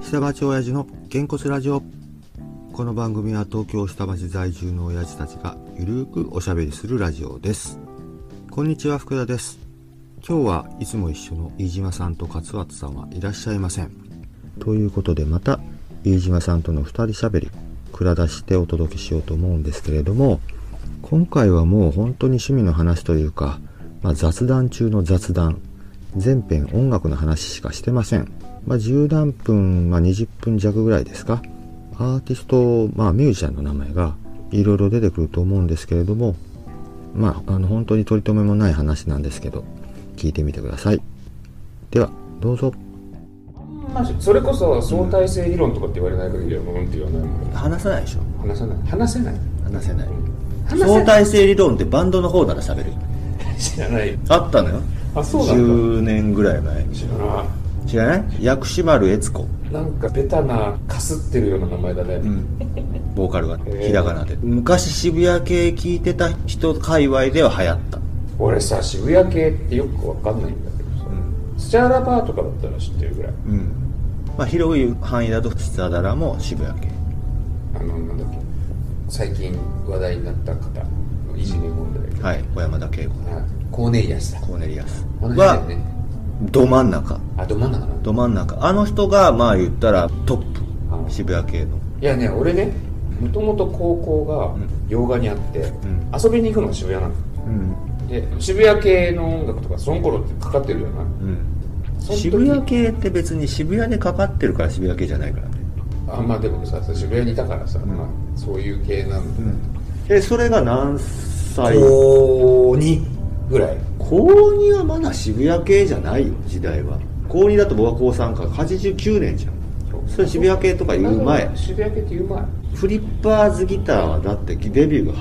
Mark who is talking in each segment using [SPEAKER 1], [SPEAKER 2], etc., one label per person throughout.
[SPEAKER 1] 下町親父のげんこつラジオこの番組は東京下町在住の親父たちがゆるーくおしゃべりするラジオですこんにちは福田です今日はいつも一緒の飯島さんと勝俣さんはいらっしゃいませんということでまた飯島さんとの2人しゃべり蔵出してお届けしようと思うんですけれども今回はもう本当に趣味の話というか、まあ、雑談中の雑談全編音楽の話しかしてません、まあ、10何分、まあ、20分弱ぐらいですかアーティスト、まあ、ミュージシャンの名前がいろいろ出てくると思うんですけれどもまああの本当に取り留めもない話なんですけど聞いてみてくださいではどうぞ
[SPEAKER 2] まあそれこそ相対性理論とかって言われない限りはうんって言わないもんね
[SPEAKER 3] 話さないでしょ
[SPEAKER 2] 話さない話せない
[SPEAKER 3] 話せない
[SPEAKER 2] 話せない
[SPEAKER 3] 相対性理論ってバンドの方なら喋る
[SPEAKER 2] 知らない
[SPEAKER 3] あったのよ
[SPEAKER 2] あそうなんだ
[SPEAKER 3] 10年ぐらい前
[SPEAKER 2] 知らな
[SPEAKER 3] 知らない薬師丸悦子、
[SPEAKER 2] いなんかベタなかすってるような名前だね、
[SPEAKER 3] ボーカルが
[SPEAKER 2] ー
[SPEAKER 3] ひらがなで昔渋谷系聞いてた人界隈では流行った
[SPEAKER 2] 俺さ渋谷系ってよくわかんないんだけどさ、スチャーラバーとかだったら知ってるぐらい
[SPEAKER 3] うんまあ広い範囲だとスタダラも渋谷系
[SPEAKER 2] あのなんだっけ最近話題になった方のいじめ問題が、
[SPEAKER 3] はい小山田圭子ね
[SPEAKER 2] あコーネリアスだ
[SPEAKER 3] コーネリアス
[SPEAKER 2] 同じだよね
[SPEAKER 3] はど真ん中
[SPEAKER 2] あど真ん中なんだ
[SPEAKER 3] ど真ん中あの人がまあ言ったらト
[SPEAKER 2] あ
[SPEAKER 3] ッ
[SPEAKER 2] ー
[SPEAKER 3] プ渋谷系の
[SPEAKER 2] いやね俺ねもともと高校が洋画にあって、
[SPEAKER 3] ん
[SPEAKER 2] 遊びに行くのが渋谷なの
[SPEAKER 3] うん
[SPEAKER 2] で渋谷系の音楽とかその頃ってかかってるじゃないその時
[SPEAKER 3] 渋谷系って別に渋谷でかかってるから渋谷系じゃないからね、
[SPEAKER 2] あまあでもさ渋谷にいたからさ、まあ、そういう系なんだ、
[SPEAKER 3] えそれが何歳
[SPEAKER 2] 高2ぐらい
[SPEAKER 3] 高2はまだ渋谷系じゃないよ時代は高2だと僕は高3か89年じゃんそれ渋谷系とか言う前
[SPEAKER 2] 渋谷系って言う前あ
[SPEAKER 3] フリッパーズギターはだってデビューが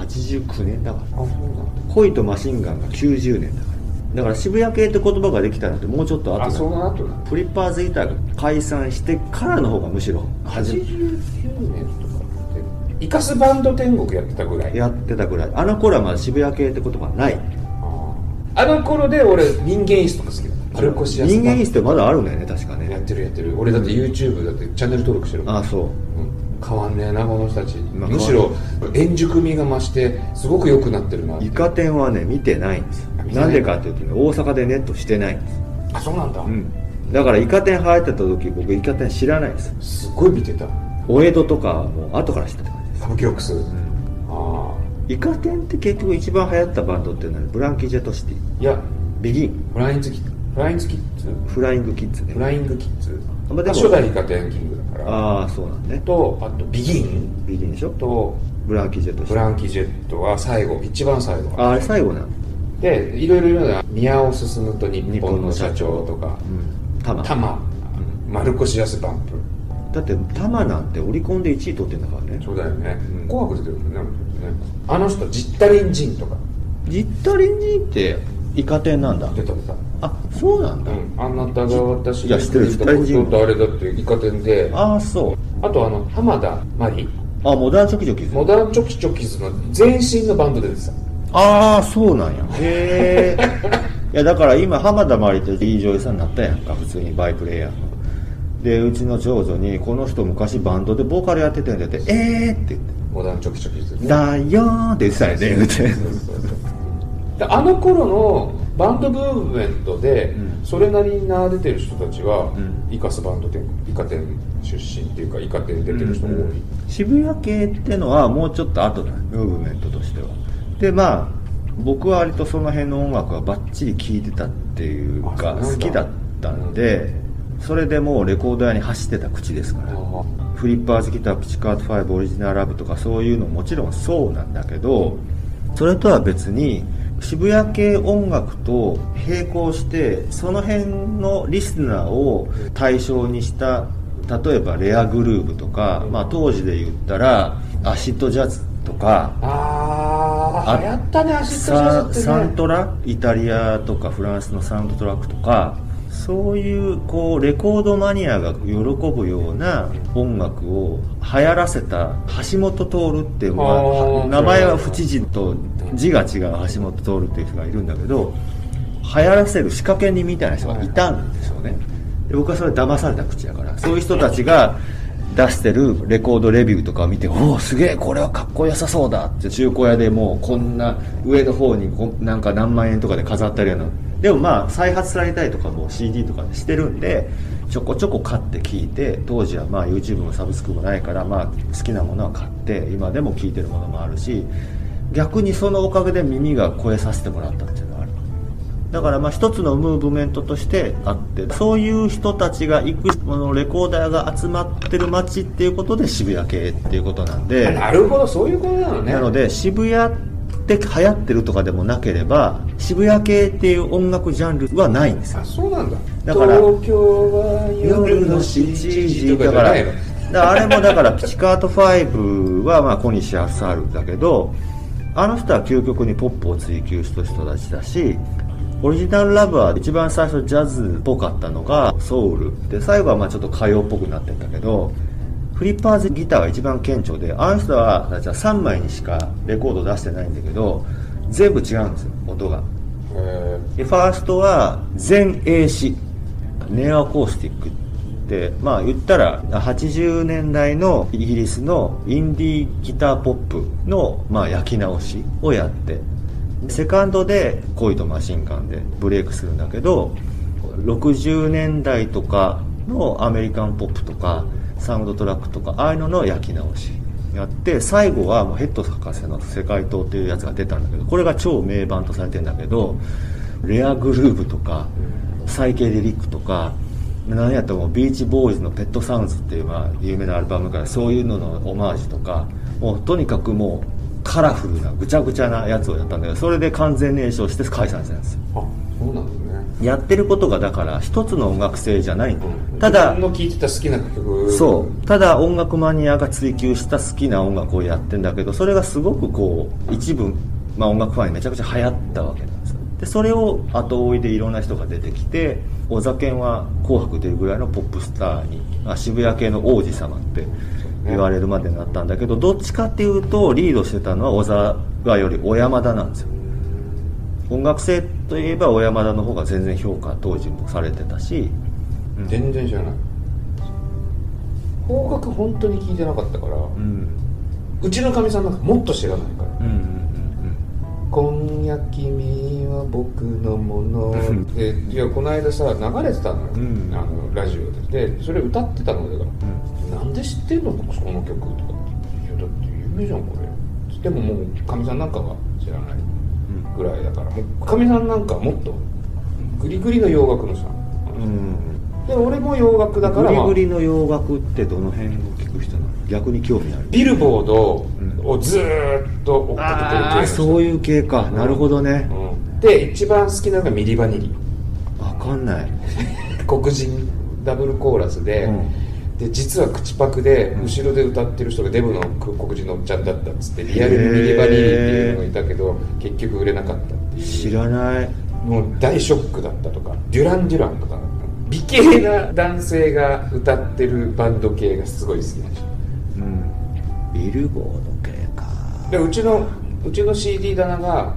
[SPEAKER 3] 89年だか
[SPEAKER 2] そうなんだ
[SPEAKER 3] ら恋とマシンガンが90年だからだから渋谷系って言葉ができたのってもうちょっと後
[SPEAKER 2] あ
[SPEAKER 3] だ
[SPEAKER 2] その後だ
[SPEAKER 3] フリッパーズギターが解散してからの方がむしろ初め
[SPEAKER 2] 89年とかってイカスバンド天国やってたぐらい
[SPEAKER 3] やってたぐらいあの頃はまだ渋谷系って言葉ない
[SPEAKER 2] ああの頃で俺人間椅子とか好きだった丸越や
[SPEAKER 3] 人間椅子ってまだあるんだよね確か
[SPEAKER 2] やっ
[SPEAKER 3] ね
[SPEAKER 2] てるやってる俺だって YouTube だってチャンネル登録してるもん
[SPEAKER 3] ああそ
[SPEAKER 2] うん変わんねえなこの人たち、
[SPEAKER 3] まあ
[SPEAKER 2] むしろ円熟味が増してすごく良くなってるなっ
[SPEAKER 3] う
[SPEAKER 2] て
[SPEAKER 3] イカ天はね見てないんですよ
[SPEAKER 2] あ見てな
[SPEAKER 3] ないんでかっていうとね大阪でネットしてないんです
[SPEAKER 2] あそうなんだ、
[SPEAKER 3] うんだからイカ天流行ってた時僕イカ天知らないです
[SPEAKER 2] すごい見てた
[SPEAKER 3] お江戸とかはもう後から知ってた感じです
[SPEAKER 2] 歌舞伎オックス、あ
[SPEAKER 3] イカ天って結局一番流行ったバンドっていうのはブランキー・ジェットシティ
[SPEAKER 2] あいや
[SPEAKER 3] ビギン
[SPEAKER 2] フラインズキッズフラインズキッズ
[SPEAKER 3] フライング・キッズ
[SPEAKER 2] フ
[SPEAKER 3] ね
[SPEAKER 2] ライングキッズ
[SPEAKER 3] あまあでも
[SPEAKER 2] 初代イカテンキングだから
[SPEAKER 3] ああそうなんね
[SPEAKER 2] とあとビギン
[SPEAKER 3] ビギンでしょ
[SPEAKER 2] と
[SPEAKER 3] ブランキー・ジェットシ
[SPEAKER 2] ブ
[SPEAKER 3] ティ
[SPEAKER 2] ランキー・ジェットは最後一番最後
[SPEAKER 3] ああれ最後なの
[SPEAKER 2] でいろいろ言うのは宮尾進と日本の社長とか
[SPEAKER 3] うん玉
[SPEAKER 2] タマ丸越安バンプ
[SPEAKER 3] だって玉なんてオリコンで1位取ってんだからね
[SPEAKER 2] そうだよね、
[SPEAKER 3] うん
[SPEAKER 2] 紅白出てるもんねあの人ジッタリンジンとか
[SPEAKER 3] ジッタリンジーってイカ天なんだ
[SPEAKER 2] 出た出た
[SPEAKER 3] あそうなんだ、
[SPEAKER 2] うん、あなたが私
[SPEAKER 3] いや知ってる
[SPEAKER 2] 言たこととあれだってイカ天であ
[SPEAKER 3] ああそう
[SPEAKER 2] とあの浜田真理
[SPEAKER 3] あモダンチョキチョキズ
[SPEAKER 2] モダンチョキチョキズの前身のバンドで出てた
[SPEAKER 3] ああそうなんやへ えいやだから今浜田まりといい女優さんになったやんか普通にバイプレイヤーのでうちの長女に「この人昔バンドでボーカルやってたんだって「ええー」って言って
[SPEAKER 2] モダンチョキチョキズ
[SPEAKER 3] 「だよー」って言ってたんやね言うて
[SPEAKER 2] そうそうそうであの頃のバンドブーブメントで、
[SPEAKER 3] うん
[SPEAKER 2] それなりに名出てる人たちは、
[SPEAKER 3] うん
[SPEAKER 2] イカスバンド店イカ店出身っていうかイカ店出てる人多い、
[SPEAKER 3] 渋谷系ってのはもうちょっと後だムーブメントとしてはでまあ僕は割とその辺の音楽はバッチリ聴いてたっていうか
[SPEAKER 2] あそうなんだ
[SPEAKER 3] 好きだったんでそれでもうレコード屋に走ってた口ですから
[SPEAKER 2] あ
[SPEAKER 3] フリッパーズギターピチカート5オリジナルラブとかそういうのももちろんそうなんだけどそれとは別に渋谷系音楽と並行してその辺のリスナーを対象にした例えばレアグルーヴとか、まあ、当時で言ったらアシッドジャズとか
[SPEAKER 2] あ
[SPEAKER 3] あ
[SPEAKER 2] ー流行ったねアシスト
[SPEAKER 3] サ
[SPEAKER 2] ジャ
[SPEAKER 3] サ
[SPEAKER 2] ズっ
[SPEAKER 3] ン
[SPEAKER 2] てね
[SPEAKER 3] トライタリアとかフランスのサウンドトラックとかそういうこうレコードマニアが喜ぶような音楽を流行らせた橋本徹っていう、まあ
[SPEAKER 2] あー
[SPEAKER 3] は名前は不知人と字が違う橋本徹っていう人がいるんだけど流行らせる仕掛け人みたいな人がいたんでしょうねで僕はそれ騙された口やからそういう人たちが出してるレコードレビューとかを見ておおすげえこれはかっこよさそうだって中古屋でもうこんな上の方にこんなんか何万円とかで飾ったりやなでもまあ再発されたりとかも CD とかでしてるんでちょこちょこ買って聞いて当時はまあ YouTube もサブスクもないからまあ好きなものは買って今でも聞いてるものもあるし逆にそのおかげで耳が肥えさせてもらったっていうのはあるだからまあ一つのムーブメントとしてあってそういう人たちが行くこのレコーダーが集まってる街っていうことで渋谷系っていうことなんで
[SPEAKER 2] なるほどそういうことなのね
[SPEAKER 3] なので渋谷って流行ってるとかでもなければ渋谷系っていう音楽ジャンルはないんですよ
[SPEAKER 2] あそうなんだ
[SPEAKER 3] だから
[SPEAKER 2] 東京は夜の7時と
[SPEAKER 3] だ
[SPEAKER 2] かじ
[SPEAKER 3] か
[SPEAKER 2] ゃ
[SPEAKER 3] ら
[SPEAKER 2] ないの
[SPEAKER 3] だからあれもだからピチカート5はまあ小西康晴だけどあの人は究極にポップを追求した人たちだしオリジナルラブは一番最初ジャズっぽかったのがソウルで最後はまあちょっと歌謡っぽくなってんだけどフリッパーズギターが一番顕著であの人はたちは3枚にしかレコード出してないんだけど全部違うんですよ音が
[SPEAKER 2] え
[SPEAKER 3] でファーストは全英詞ネオアコースティックってまあ言ったら80年代のイギリスのインディーギターポップの、まあ、焼き直しをやってセカンドで「恋とマシンガン」でブレイクするんだけど60年代とかのアメリカンポップとかサウンドトラックとかああいうのの焼き直しやって最後はもうヘッド博士の「世界刀」っていうやつが出たんだけどこれが超名盤とされてんだけどレアグルーヴとかサイケデリックとか何やったらもうビーチボーイズの「ペットサウンズ」っていうまあ有名なアルバムからそういうののオマージュとかもうとにかくもうカラフルなぐちゃぐちゃなやつをやったんだけどそれで完全燃焼して解散したんですよ
[SPEAKER 2] ーあそうなんだね
[SPEAKER 3] やってることがだから一つの音楽性じゃないんだ
[SPEAKER 2] うん
[SPEAKER 3] ただ
[SPEAKER 2] 自分の聴いてた好きな曲
[SPEAKER 3] そうただ音楽マニアが追求した好きな音楽をやってんだけどそれがすごくこう一部、まあ、音楽ファンにめちゃくちゃ流行ったわけなんですよでそれを後追いでいろんな人が出てきて小ざけんは「紅白」というぐらいのポップスターにあ渋谷系の王子様って言われるまでになったんだけどどっちかっていうとリードしてたのは小沢より小山田なんですよ音楽性といえば小山田の方が全然評価当時もされてたし
[SPEAKER 2] 全然知らない邦楽本当に聴いてなかったから、う
[SPEAKER 3] うん
[SPEAKER 2] ちのかみさんなんかもっと知らないから
[SPEAKER 3] うんうんうん
[SPEAKER 2] 「今夜君は僕のもの」 でいやこの間さ流れてたのよ、
[SPEAKER 3] うん
[SPEAKER 2] あのラジオででそれ歌ってたのだから
[SPEAKER 3] うん
[SPEAKER 2] 「なんで知ってんのこの曲」とかって「いやだって有名じゃんこれ」でももうかみさんなんかは知らないぐらいだからもうかみさんなんかもっとグリグリの洋楽のさ
[SPEAKER 3] うん
[SPEAKER 2] で俺も洋楽だか
[SPEAKER 3] グ
[SPEAKER 2] ら、
[SPEAKER 3] リ
[SPEAKER 2] まあ
[SPEAKER 3] グリの洋楽ってどの辺を聞く人なの逆に興味ある
[SPEAKER 2] ビルボードをずーっと追っかけてる
[SPEAKER 3] あ
[SPEAKER 2] 系
[SPEAKER 3] あそういう系かなるほどね
[SPEAKER 2] う、ん、で一番好きなのがミリバニリ
[SPEAKER 3] わかんない
[SPEAKER 2] 黒人ダブルコーラスで、
[SPEAKER 3] うん
[SPEAKER 2] で実は口パクで
[SPEAKER 3] うん
[SPEAKER 2] 後ろで歌ってる人がデブの黒人のおっちゃんだったっつってリアルにミリバニリっていうのがいたけど結局売れなかったっていう
[SPEAKER 3] 知らない
[SPEAKER 2] もう大ショックだったとかデュラン・デュランとか美形な男性が歌ってるバンド系がすごい好きなんですよ
[SPEAKER 3] うんビルボード系か
[SPEAKER 2] でうちのうちの CD 棚が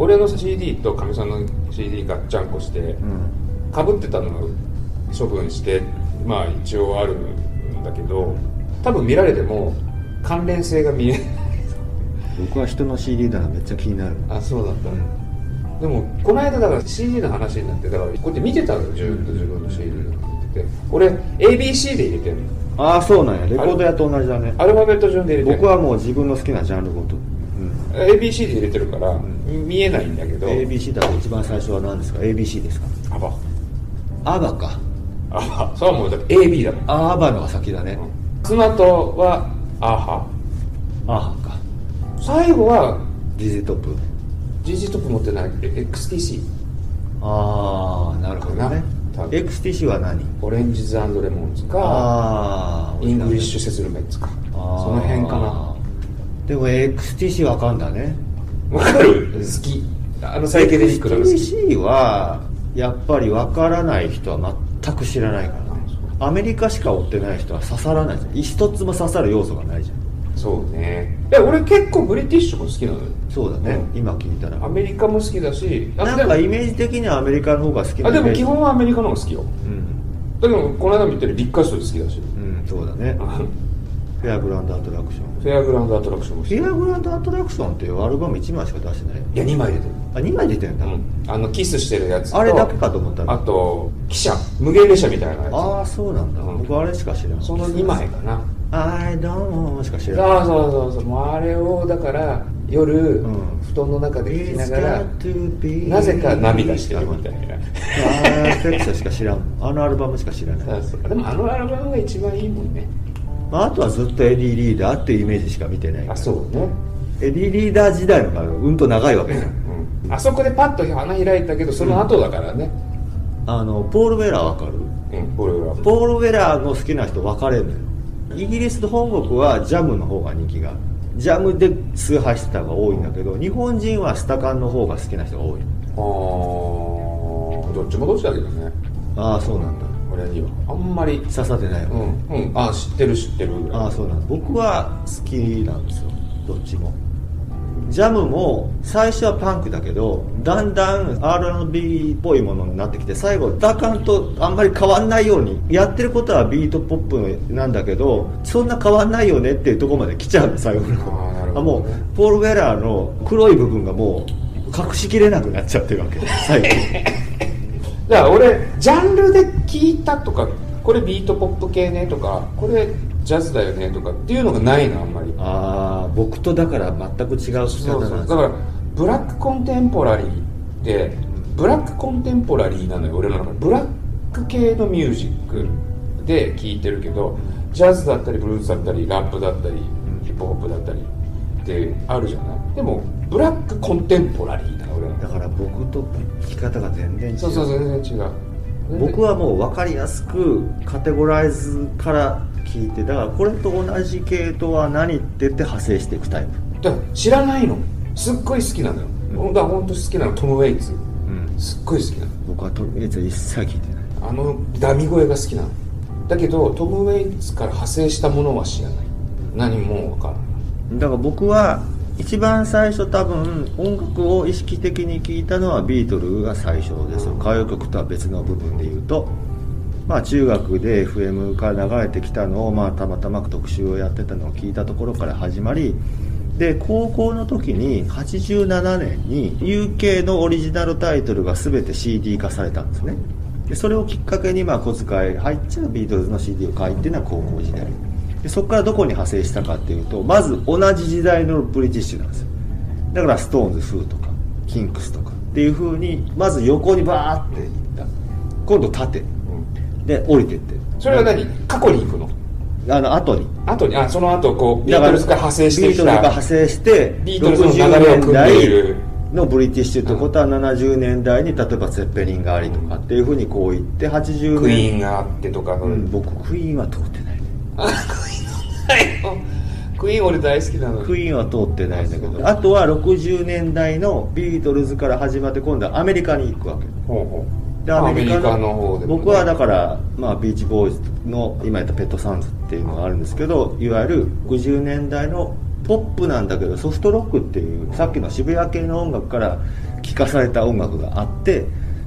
[SPEAKER 2] 俺の CD とかみさんの CD がっちゃんこして
[SPEAKER 3] うん
[SPEAKER 2] かぶってたのを処分してまあ一応あるんだけど多分見られても関連性が見えない
[SPEAKER 3] 僕は人の CD だなめっちゃ気になる
[SPEAKER 2] あそうだったねでもこの間だから CD の話になってだからこうやって見てたのよずっと自分の CD ので俺 ABC で入れてるの
[SPEAKER 3] ああそうなんやレコード屋と同じだね
[SPEAKER 2] アルファベット順で入れてる
[SPEAKER 3] 僕はもう自分の好きなジャンルごと、
[SPEAKER 2] ABC で入れてるから、見えないんだけど
[SPEAKER 3] ABC だと一番最初は何ですか ABC ですか
[SPEAKER 2] アバ
[SPEAKER 3] アバか
[SPEAKER 2] アバそうはもうだって AB だもん
[SPEAKER 3] あアバのが先だね
[SPEAKER 2] ツナとはアハ
[SPEAKER 3] アハか
[SPEAKER 2] 最後は
[SPEAKER 3] DJ トップ
[SPEAKER 2] GG トップ持ってない XTC
[SPEAKER 3] ああなるほどね
[SPEAKER 2] かな
[SPEAKER 3] XTC は何
[SPEAKER 2] オレンジズレモンズか
[SPEAKER 3] ああ
[SPEAKER 2] イングリッシュセスルメッツかその辺かな
[SPEAKER 3] でも XTC わかんだね
[SPEAKER 2] わかる好きあのサイケデリックなの好き
[SPEAKER 3] XTC はやっぱりわからない人は全く知らないからねアメリカしか追ってない人は刺さらないじゃん一つも刺さる要素がないじゃん
[SPEAKER 2] そうねいや俺結構ブリティッシュも好きなのよ
[SPEAKER 3] そうだね、
[SPEAKER 2] う
[SPEAKER 3] 今聞いたら
[SPEAKER 2] アメリカも好きだしあ
[SPEAKER 3] なんか
[SPEAKER 2] で
[SPEAKER 3] イメージ的にはアメリカの方が好き
[SPEAKER 2] も
[SPEAKER 3] な
[SPEAKER 2] あで
[SPEAKER 3] イメ
[SPEAKER 2] も
[SPEAKER 3] ージ
[SPEAKER 2] 基本はアメリカの方が好きよ
[SPEAKER 3] うん
[SPEAKER 2] だだけどこの間見てるビッカストリ好きだし
[SPEAKER 3] う んそうだねフェアグラウンドアトラクション
[SPEAKER 2] フェアグラウンドアトラクションも好き
[SPEAKER 3] フェアグラウンドアトラクションっていうアルバム1枚しか出してない
[SPEAKER 2] いや2枚出てる、
[SPEAKER 3] あ2枚出てんだ、
[SPEAKER 2] うん、あのキスしてるやつと
[SPEAKER 3] あれだけかと思った
[SPEAKER 2] あ
[SPEAKER 3] ら
[SPEAKER 2] と汽車無限列車みたいなやつ
[SPEAKER 3] ああそうなんだ、
[SPEAKER 2] うん
[SPEAKER 3] 僕あれしか知らない
[SPEAKER 2] その2枚かな
[SPEAKER 3] 「I don't know」しか知らない
[SPEAKER 2] ああそうそうそうもうあれをだから夜、
[SPEAKER 3] ん
[SPEAKER 2] 布団の中で聞きなが
[SPEAKER 3] It's
[SPEAKER 2] ら
[SPEAKER 3] got to be
[SPEAKER 2] なぜか涙してるみたいな
[SPEAKER 3] あーセックスしか知らんあのアルバムしか知らない、
[SPEAKER 2] そうそうでもあのアルバムが一番いいもんね
[SPEAKER 3] まあ、あとはずっとエディ・リーダーっていうイメージしか見てないから
[SPEAKER 2] あそうね
[SPEAKER 3] エディ・リーダー時代の方がうんと長いわけじゃん
[SPEAKER 2] うんあそこでパッと花開いたけどその後だからね
[SPEAKER 3] あのポール・ウェラーわかる
[SPEAKER 2] うんこれは
[SPEAKER 3] ポール・ウェラーの好きな人分かれんのよイギリスと本国はジャムの方が人気があるジャムで崇拝してた方が多いんだけど日本人はスタカンの方が好きな人が多い
[SPEAKER 2] あーどっちもどっちだけどね
[SPEAKER 3] ああそうなんだ
[SPEAKER 2] 俺にはあんまり
[SPEAKER 3] 刺さってないわ、
[SPEAKER 2] うん、うん、あ知ってる知ってるぐらい
[SPEAKER 3] ああそうなんだ僕は好きなんですよどっちもジャムも最初はパンクだけどだんだん R&B っぽいものになってきて最後ダカンとあんまり変わんないようにやってることはビートポップなんだけどそんな変わんないよねっていうところまで来ちゃうの最後の
[SPEAKER 2] あーなるほど
[SPEAKER 3] あもうポール・ウェラーの黒い部分がもう隠しきれなくなっちゃってるわけ最後
[SPEAKER 2] だから俺ジャンルで聞いたとかこれビートポップ系ねとかこれジャズだよねとかっていうのがないのあんまり
[SPEAKER 3] ああ僕とだから全く違う仕
[SPEAKER 2] そ
[SPEAKER 3] 方
[SPEAKER 2] う
[SPEAKER 3] なん
[SPEAKER 2] そう
[SPEAKER 3] です
[SPEAKER 2] だ
[SPEAKER 3] よ
[SPEAKER 2] からブラックコンテンポラリーってブラックコンテンポラリーなのよ俺の中でブラック系のミュージックで聴いてるけどジャズだったりブルースだったりラップだったりヒップホップだったりってあるじゃないでもブラックコンテンポラリーなの俺の中
[SPEAKER 3] だ
[SPEAKER 2] で
[SPEAKER 3] から僕と聞き方が全然違う
[SPEAKER 2] そうそう全然違う
[SPEAKER 3] 僕はもう分かりやすくカテゴライズから聞いてだからこれと同じ系統は何って言って派生していくタイプ
[SPEAKER 2] だから知らないのすっごい好きなのよ、
[SPEAKER 3] うん
[SPEAKER 2] だから本当好きなのトム・ウェイツすっごい好きなの
[SPEAKER 3] 僕はとりあえず一切聞いてない
[SPEAKER 2] あのダミ声が好きなのだけどトム・ウェイツから派生したものは知らない何も分からない
[SPEAKER 3] だから僕は一番最初多分音楽を意識的に聞いたのはビートルが最初ですよ歌謡曲とは別の部分で言うとまあ中学で FM から流れてきたのをまあたまたま特集をやってたのを聞いたところから始まりで高校の時に87年に UK のオリジナルタイトルが全て CD 化されたんですねでそれをきっかけにまあ小遣い入っちゃうビートルズの CD を買いっていうのは高校時代でそこからどこに派生したかっていうとまず同じ時代のブリティッシュなんですよだからストーンズ風とかキンクスとかっていう風にまず横にバーっていった今度縦で降りてって
[SPEAKER 2] それは何過去に行くの
[SPEAKER 3] あの後に
[SPEAKER 2] 後にあその後こうビートルズから派生して
[SPEAKER 3] ビー
[SPEAKER 2] き
[SPEAKER 3] トルズから
[SPEAKER 2] た
[SPEAKER 3] 派生して
[SPEAKER 2] ビートルズの流れを組んでいる
[SPEAKER 3] のブリティッシュってことは70年代に例えばゼッペリンがありとかっていうふうにこう言って80年
[SPEAKER 2] クイーンがあってとか、
[SPEAKER 3] うん、僕クイーンは通ってない
[SPEAKER 2] あクイーンのクイーン俺大好きなの
[SPEAKER 3] クイーンは通ってないんだけどあとは60年代のビートルズから始まって今度はアメリカに行くわけ
[SPEAKER 2] ほうほう
[SPEAKER 3] で
[SPEAKER 2] アメリカの方でもね
[SPEAKER 3] 僕はだから、まあ、ビーチボーイズの今言ったペットサウンズっていうのがあるんですけどいわゆる50年代のポップなんだけどソフトロックっていうさっきの渋谷系の音楽から聴かされた音楽があって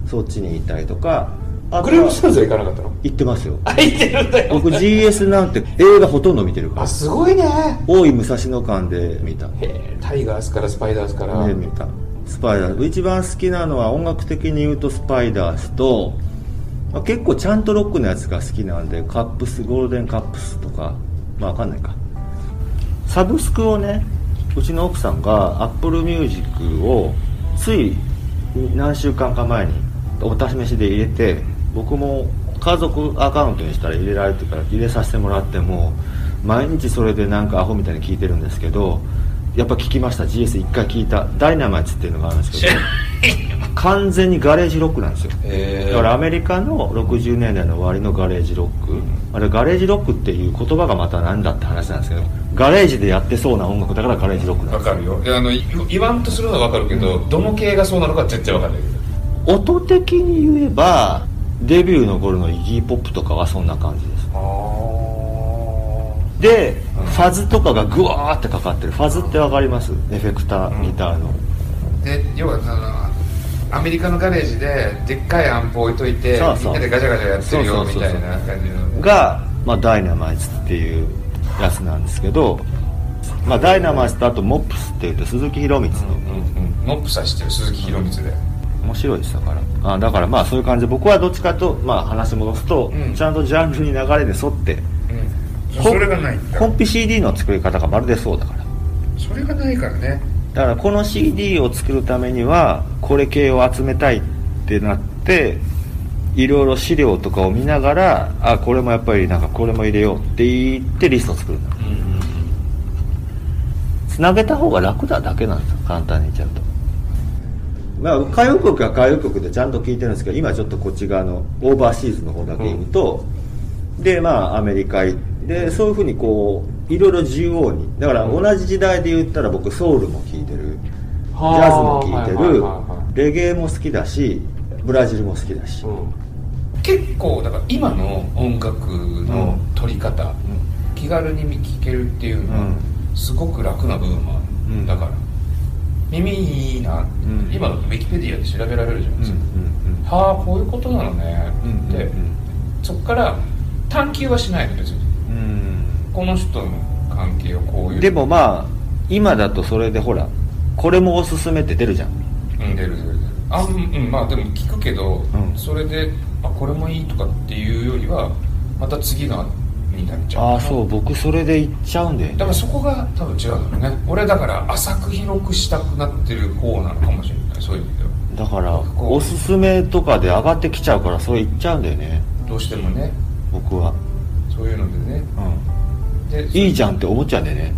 [SPEAKER 3] そっちに行ったりとかあ
[SPEAKER 2] グ
[SPEAKER 3] と
[SPEAKER 2] レー
[SPEAKER 3] は
[SPEAKER 2] ムスターズは行かなかったの
[SPEAKER 3] 行ってますよ
[SPEAKER 2] あ行ってるんだよ
[SPEAKER 3] 僕 GS なんて映画ほとんど見てるか
[SPEAKER 2] あ
[SPEAKER 3] ら
[SPEAKER 2] すごいね
[SPEAKER 3] 大井武蔵野間で見た
[SPEAKER 2] へえタイガースからスパイダースから、
[SPEAKER 3] ね見たスパイダース一番好きなのは音楽的に言うとスパイダースと、まあ、結構ちゃんとロックのやつが好きなんでカップスゴールデンカップスとかまあわかんないかサブスクをねうちの奥さんがアップルミュージックをつい何週間か前にお試しで入れて僕も家族アカウントにしたら入れられてから入れさせてもらっても毎日それでなんかアホみたいに聞いてるんですけどやっぱ聞きました GS1 回聞いた「ダイナマイツ」っていうのがあるんですけど完全にガレージロックなんですよ
[SPEAKER 2] へえ
[SPEAKER 3] だからアメリカの60年代の終わりのガレージロック、あれガレージロックっていう言葉がまた何だって話なんですけどガレージでやってそうな音楽だからガレージロックなん
[SPEAKER 2] わ
[SPEAKER 3] で
[SPEAKER 2] かるよいやあのい言わんとするのはわかるけど、どの系がそうなのか全然わかんないけど
[SPEAKER 3] す音的に言えばデビューの頃のイギー・ポップとかはそんな感じです
[SPEAKER 2] あ
[SPEAKER 3] で、
[SPEAKER 2] うん
[SPEAKER 3] ファズとかがグワーってかかってるファズってわかりますエフェクターギターの、
[SPEAKER 2] あで要はあアメリカのガレージででっかいアンプ置いといて
[SPEAKER 3] そうそう
[SPEAKER 2] みんなでガチャガチャやってる
[SPEAKER 3] そ
[SPEAKER 2] よ
[SPEAKER 3] うそう
[SPEAKER 2] み
[SPEAKER 3] そうそ
[SPEAKER 2] た
[SPEAKER 3] う
[SPEAKER 2] いな感じの
[SPEAKER 3] が、まあ、ダイナマイズっていうやつなんですけど、まあ、ダイナマイズとあとモップスっていうと鈴木博光
[SPEAKER 2] うん
[SPEAKER 3] の
[SPEAKER 2] うんうんノップさしてる鈴木博光で
[SPEAKER 3] 面白いですだからあだからまあそういう感じで僕はどっちかと、まあ、話戻すと、
[SPEAKER 2] うん
[SPEAKER 3] ちゃんとジャンルに流れで沿って
[SPEAKER 4] うんそれがないんだ
[SPEAKER 3] コンピ CD の作り方がまるでそうだから
[SPEAKER 4] それがないからね
[SPEAKER 3] だからこの CD を作るためにはこれ系を集めたいってなっていろいろ資料とかを見ながらあこれもやっぱりなんかこれも入れようって言ってリストを作るんだつなげた方が楽だだけなんですよ簡単に言っちゃうとまあ歌謡曲は歌謡曲でちゃんと聞いてるんですけど今ちょっとこっち側のオーバーシーズの方だけ言うと、でまあアメリカ行ってそういうふうにこういろいろ自由にだから同じ時代で言ったら僕ソウルも聴いてるジ
[SPEAKER 2] はあ
[SPEAKER 3] ャズも聴いて
[SPEAKER 2] はいはいはいは
[SPEAKER 3] るレゲエも好きだしブラジルも好きだし、
[SPEAKER 2] 結構だから今の音楽の取り方、気軽に聴けるっていうのは、すごく楽な部分もある、
[SPEAKER 3] うん
[SPEAKER 2] だから耳いいな、
[SPEAKER 3] ん
[SPEAKER 2] 今だとウィキペディアで調べられるじゃないですか、
[SPEAKER 3] ん
[SPEAKER 2] はあこういうことなのね
[SPEAKER 3] うん
[SPEAKER 2] って、そっから探求はしないの別にこの人の関係をこういう
[SPEAKER 3] でもまあ今だとそれでほらこれもおすすめって出るじゃん
[SPEAKER 2] うん出る出る出るあんうんまあでも聞くけど、
[SPEAKER 3] うん
[SPEAKER 2] それであこれもいいとかっていうよりはまた次のになっちゃう
[SPEAKER 3] ああそう僕それで行っちゃうんだよ
[SPEAKER 2] だ
[SPEAKER 3] ね
[SPEAKER 2] からそこが多分違うんだろうね俺だから浅く広くしたくなってる方なのかもしれないそういう意味では
[SPEAKER 3] だから
[SPEAKER 2] こう
[SPEAKER 3] おすすめとかで上がってきちゃうからそれ行っちゃうんだよね
[SPEAKER 2] どうしてもね
[SPEAKER 3] 僕は、
[SPEAKER 2] そういうのでねで
[SPEAKER 3] いいじゃんって思っちゃうんだよね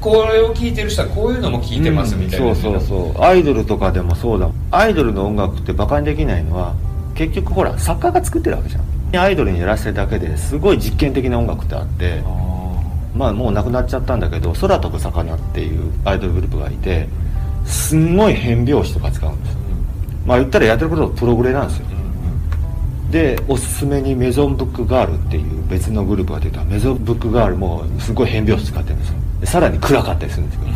[SPEAKER 2] これを聞いてる人はこういうのも聞いてますみたいな、
[SPEAKER 3] うんそうそうそうアイドルとかでもそうだもんアイドルの音楽ってバカにできないのは結局ほら作家が作ってるわけじゃんアイドルにやらせるだけですごい実験的な音楽ってあって
[SPEAKER 2] あ
[SPEAKER 3] まあもうなくなっちゃったんだけど空飛ぶ魚っていうアイドルグループがいてすんごい変拍子とか使うんですよ
[SPEAKER 2] ー
[SPEAKER 3] まあ言ったらやってることはプログレなんですよ
[SPEAKER 2] うんうん
[SPEAKER 3] でおすすめにメゾンブックガールっていう別のグループが出たメゾンブックガールもすごい変拍子使ってるんですよでさらに暗かったりするんですけ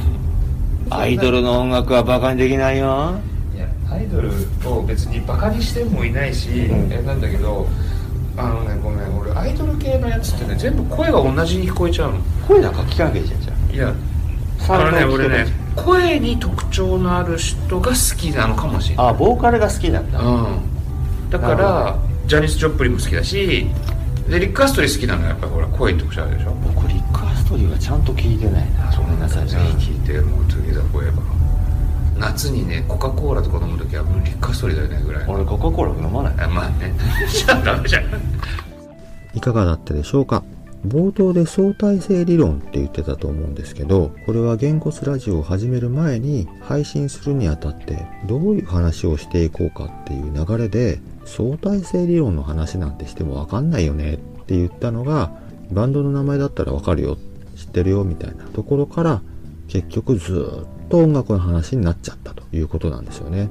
[SPEAKER 3] どアイドルの音楽はバカにできないよ
[SPEAKER 2] うんいやアイドルを別にバカにしてもいないし、
[SPEAKER 3] うん
[SPEAKER 2] えなんだけどあのねごめん俺アイドル系のやつってね全部声が同じに聞こえちゃうの
[SPEAKER 3] 声なんか聞かなきゃいいじゃんじゃ
[SPEAKER 2] いや
[SPEAKER 3] あ
[SPEAKER 2] あのね俺ね声に特徴のある人が好きなのかもしれない
[SPEAKER 3] あボーカルが好きなんだ、
[SPEAKER 2] うん、だか
[SPEAKER 3] なるほ
[SPEAKER 2] らジャニス・ジョプリンも好きだしでリック・アストリー好きなのはやっぱりほら声に特徴あるでしょ
[SPEAKER 3] 僕リック・アストリーはちゃんと聞いてないなごめんなさい
[SPEAKER 2] ぜひ聞いてもう次だこう言えば夏にねコカ・コーラとか飲む時はもうリック・アストリーだよねぐらい
[SPEAKER 3] 俺コカ・コーラ飲まない
[SPEAKER 2] あまあね じゃあダメじゃん
[SPEAKER 1] いかがだったでしょうか冒頭で相対性理論って言ってたと思うんですけど、これはゲンコスラジオを始める前に配信するにあたってどういう話をしていこうかっていう流れで相対性理論の話なんてしてもわかんないよねって言ったのがバンドの名前だったらわかるよ、知ってるよみたいなところから結局ずーっと音楽の話になっちゃったということなんですよね。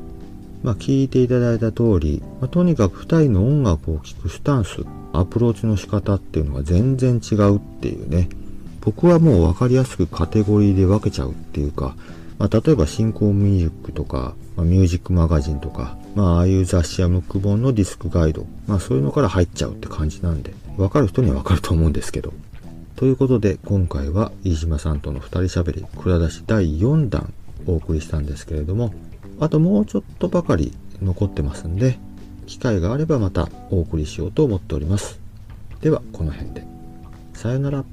[SPEAKER 1] まあ、聞いていただいた通り、まあとにかく2人の音楽を聴くスタンス、アプローチの仕方っていうのが全然違うっていうね。僕はもう分かりやすくカテゴリーで分けちゃうっていうか、まあ、例えば新興ミュージックとか、まあミュージックマガジンとか、まあ、ああいう雑誌やムック本のディスクガイド、まあ、そういうのから入っちゃうって感じなんで、分かる人には分かると思うんですけど。ということで今回は飯島さんとの二人喋り蔵出し第4弾お送りしたんですけれどもあともうちょっとばかり残ってますんで機会があればまたお送りしようと思っておりますではこの辺でさよなら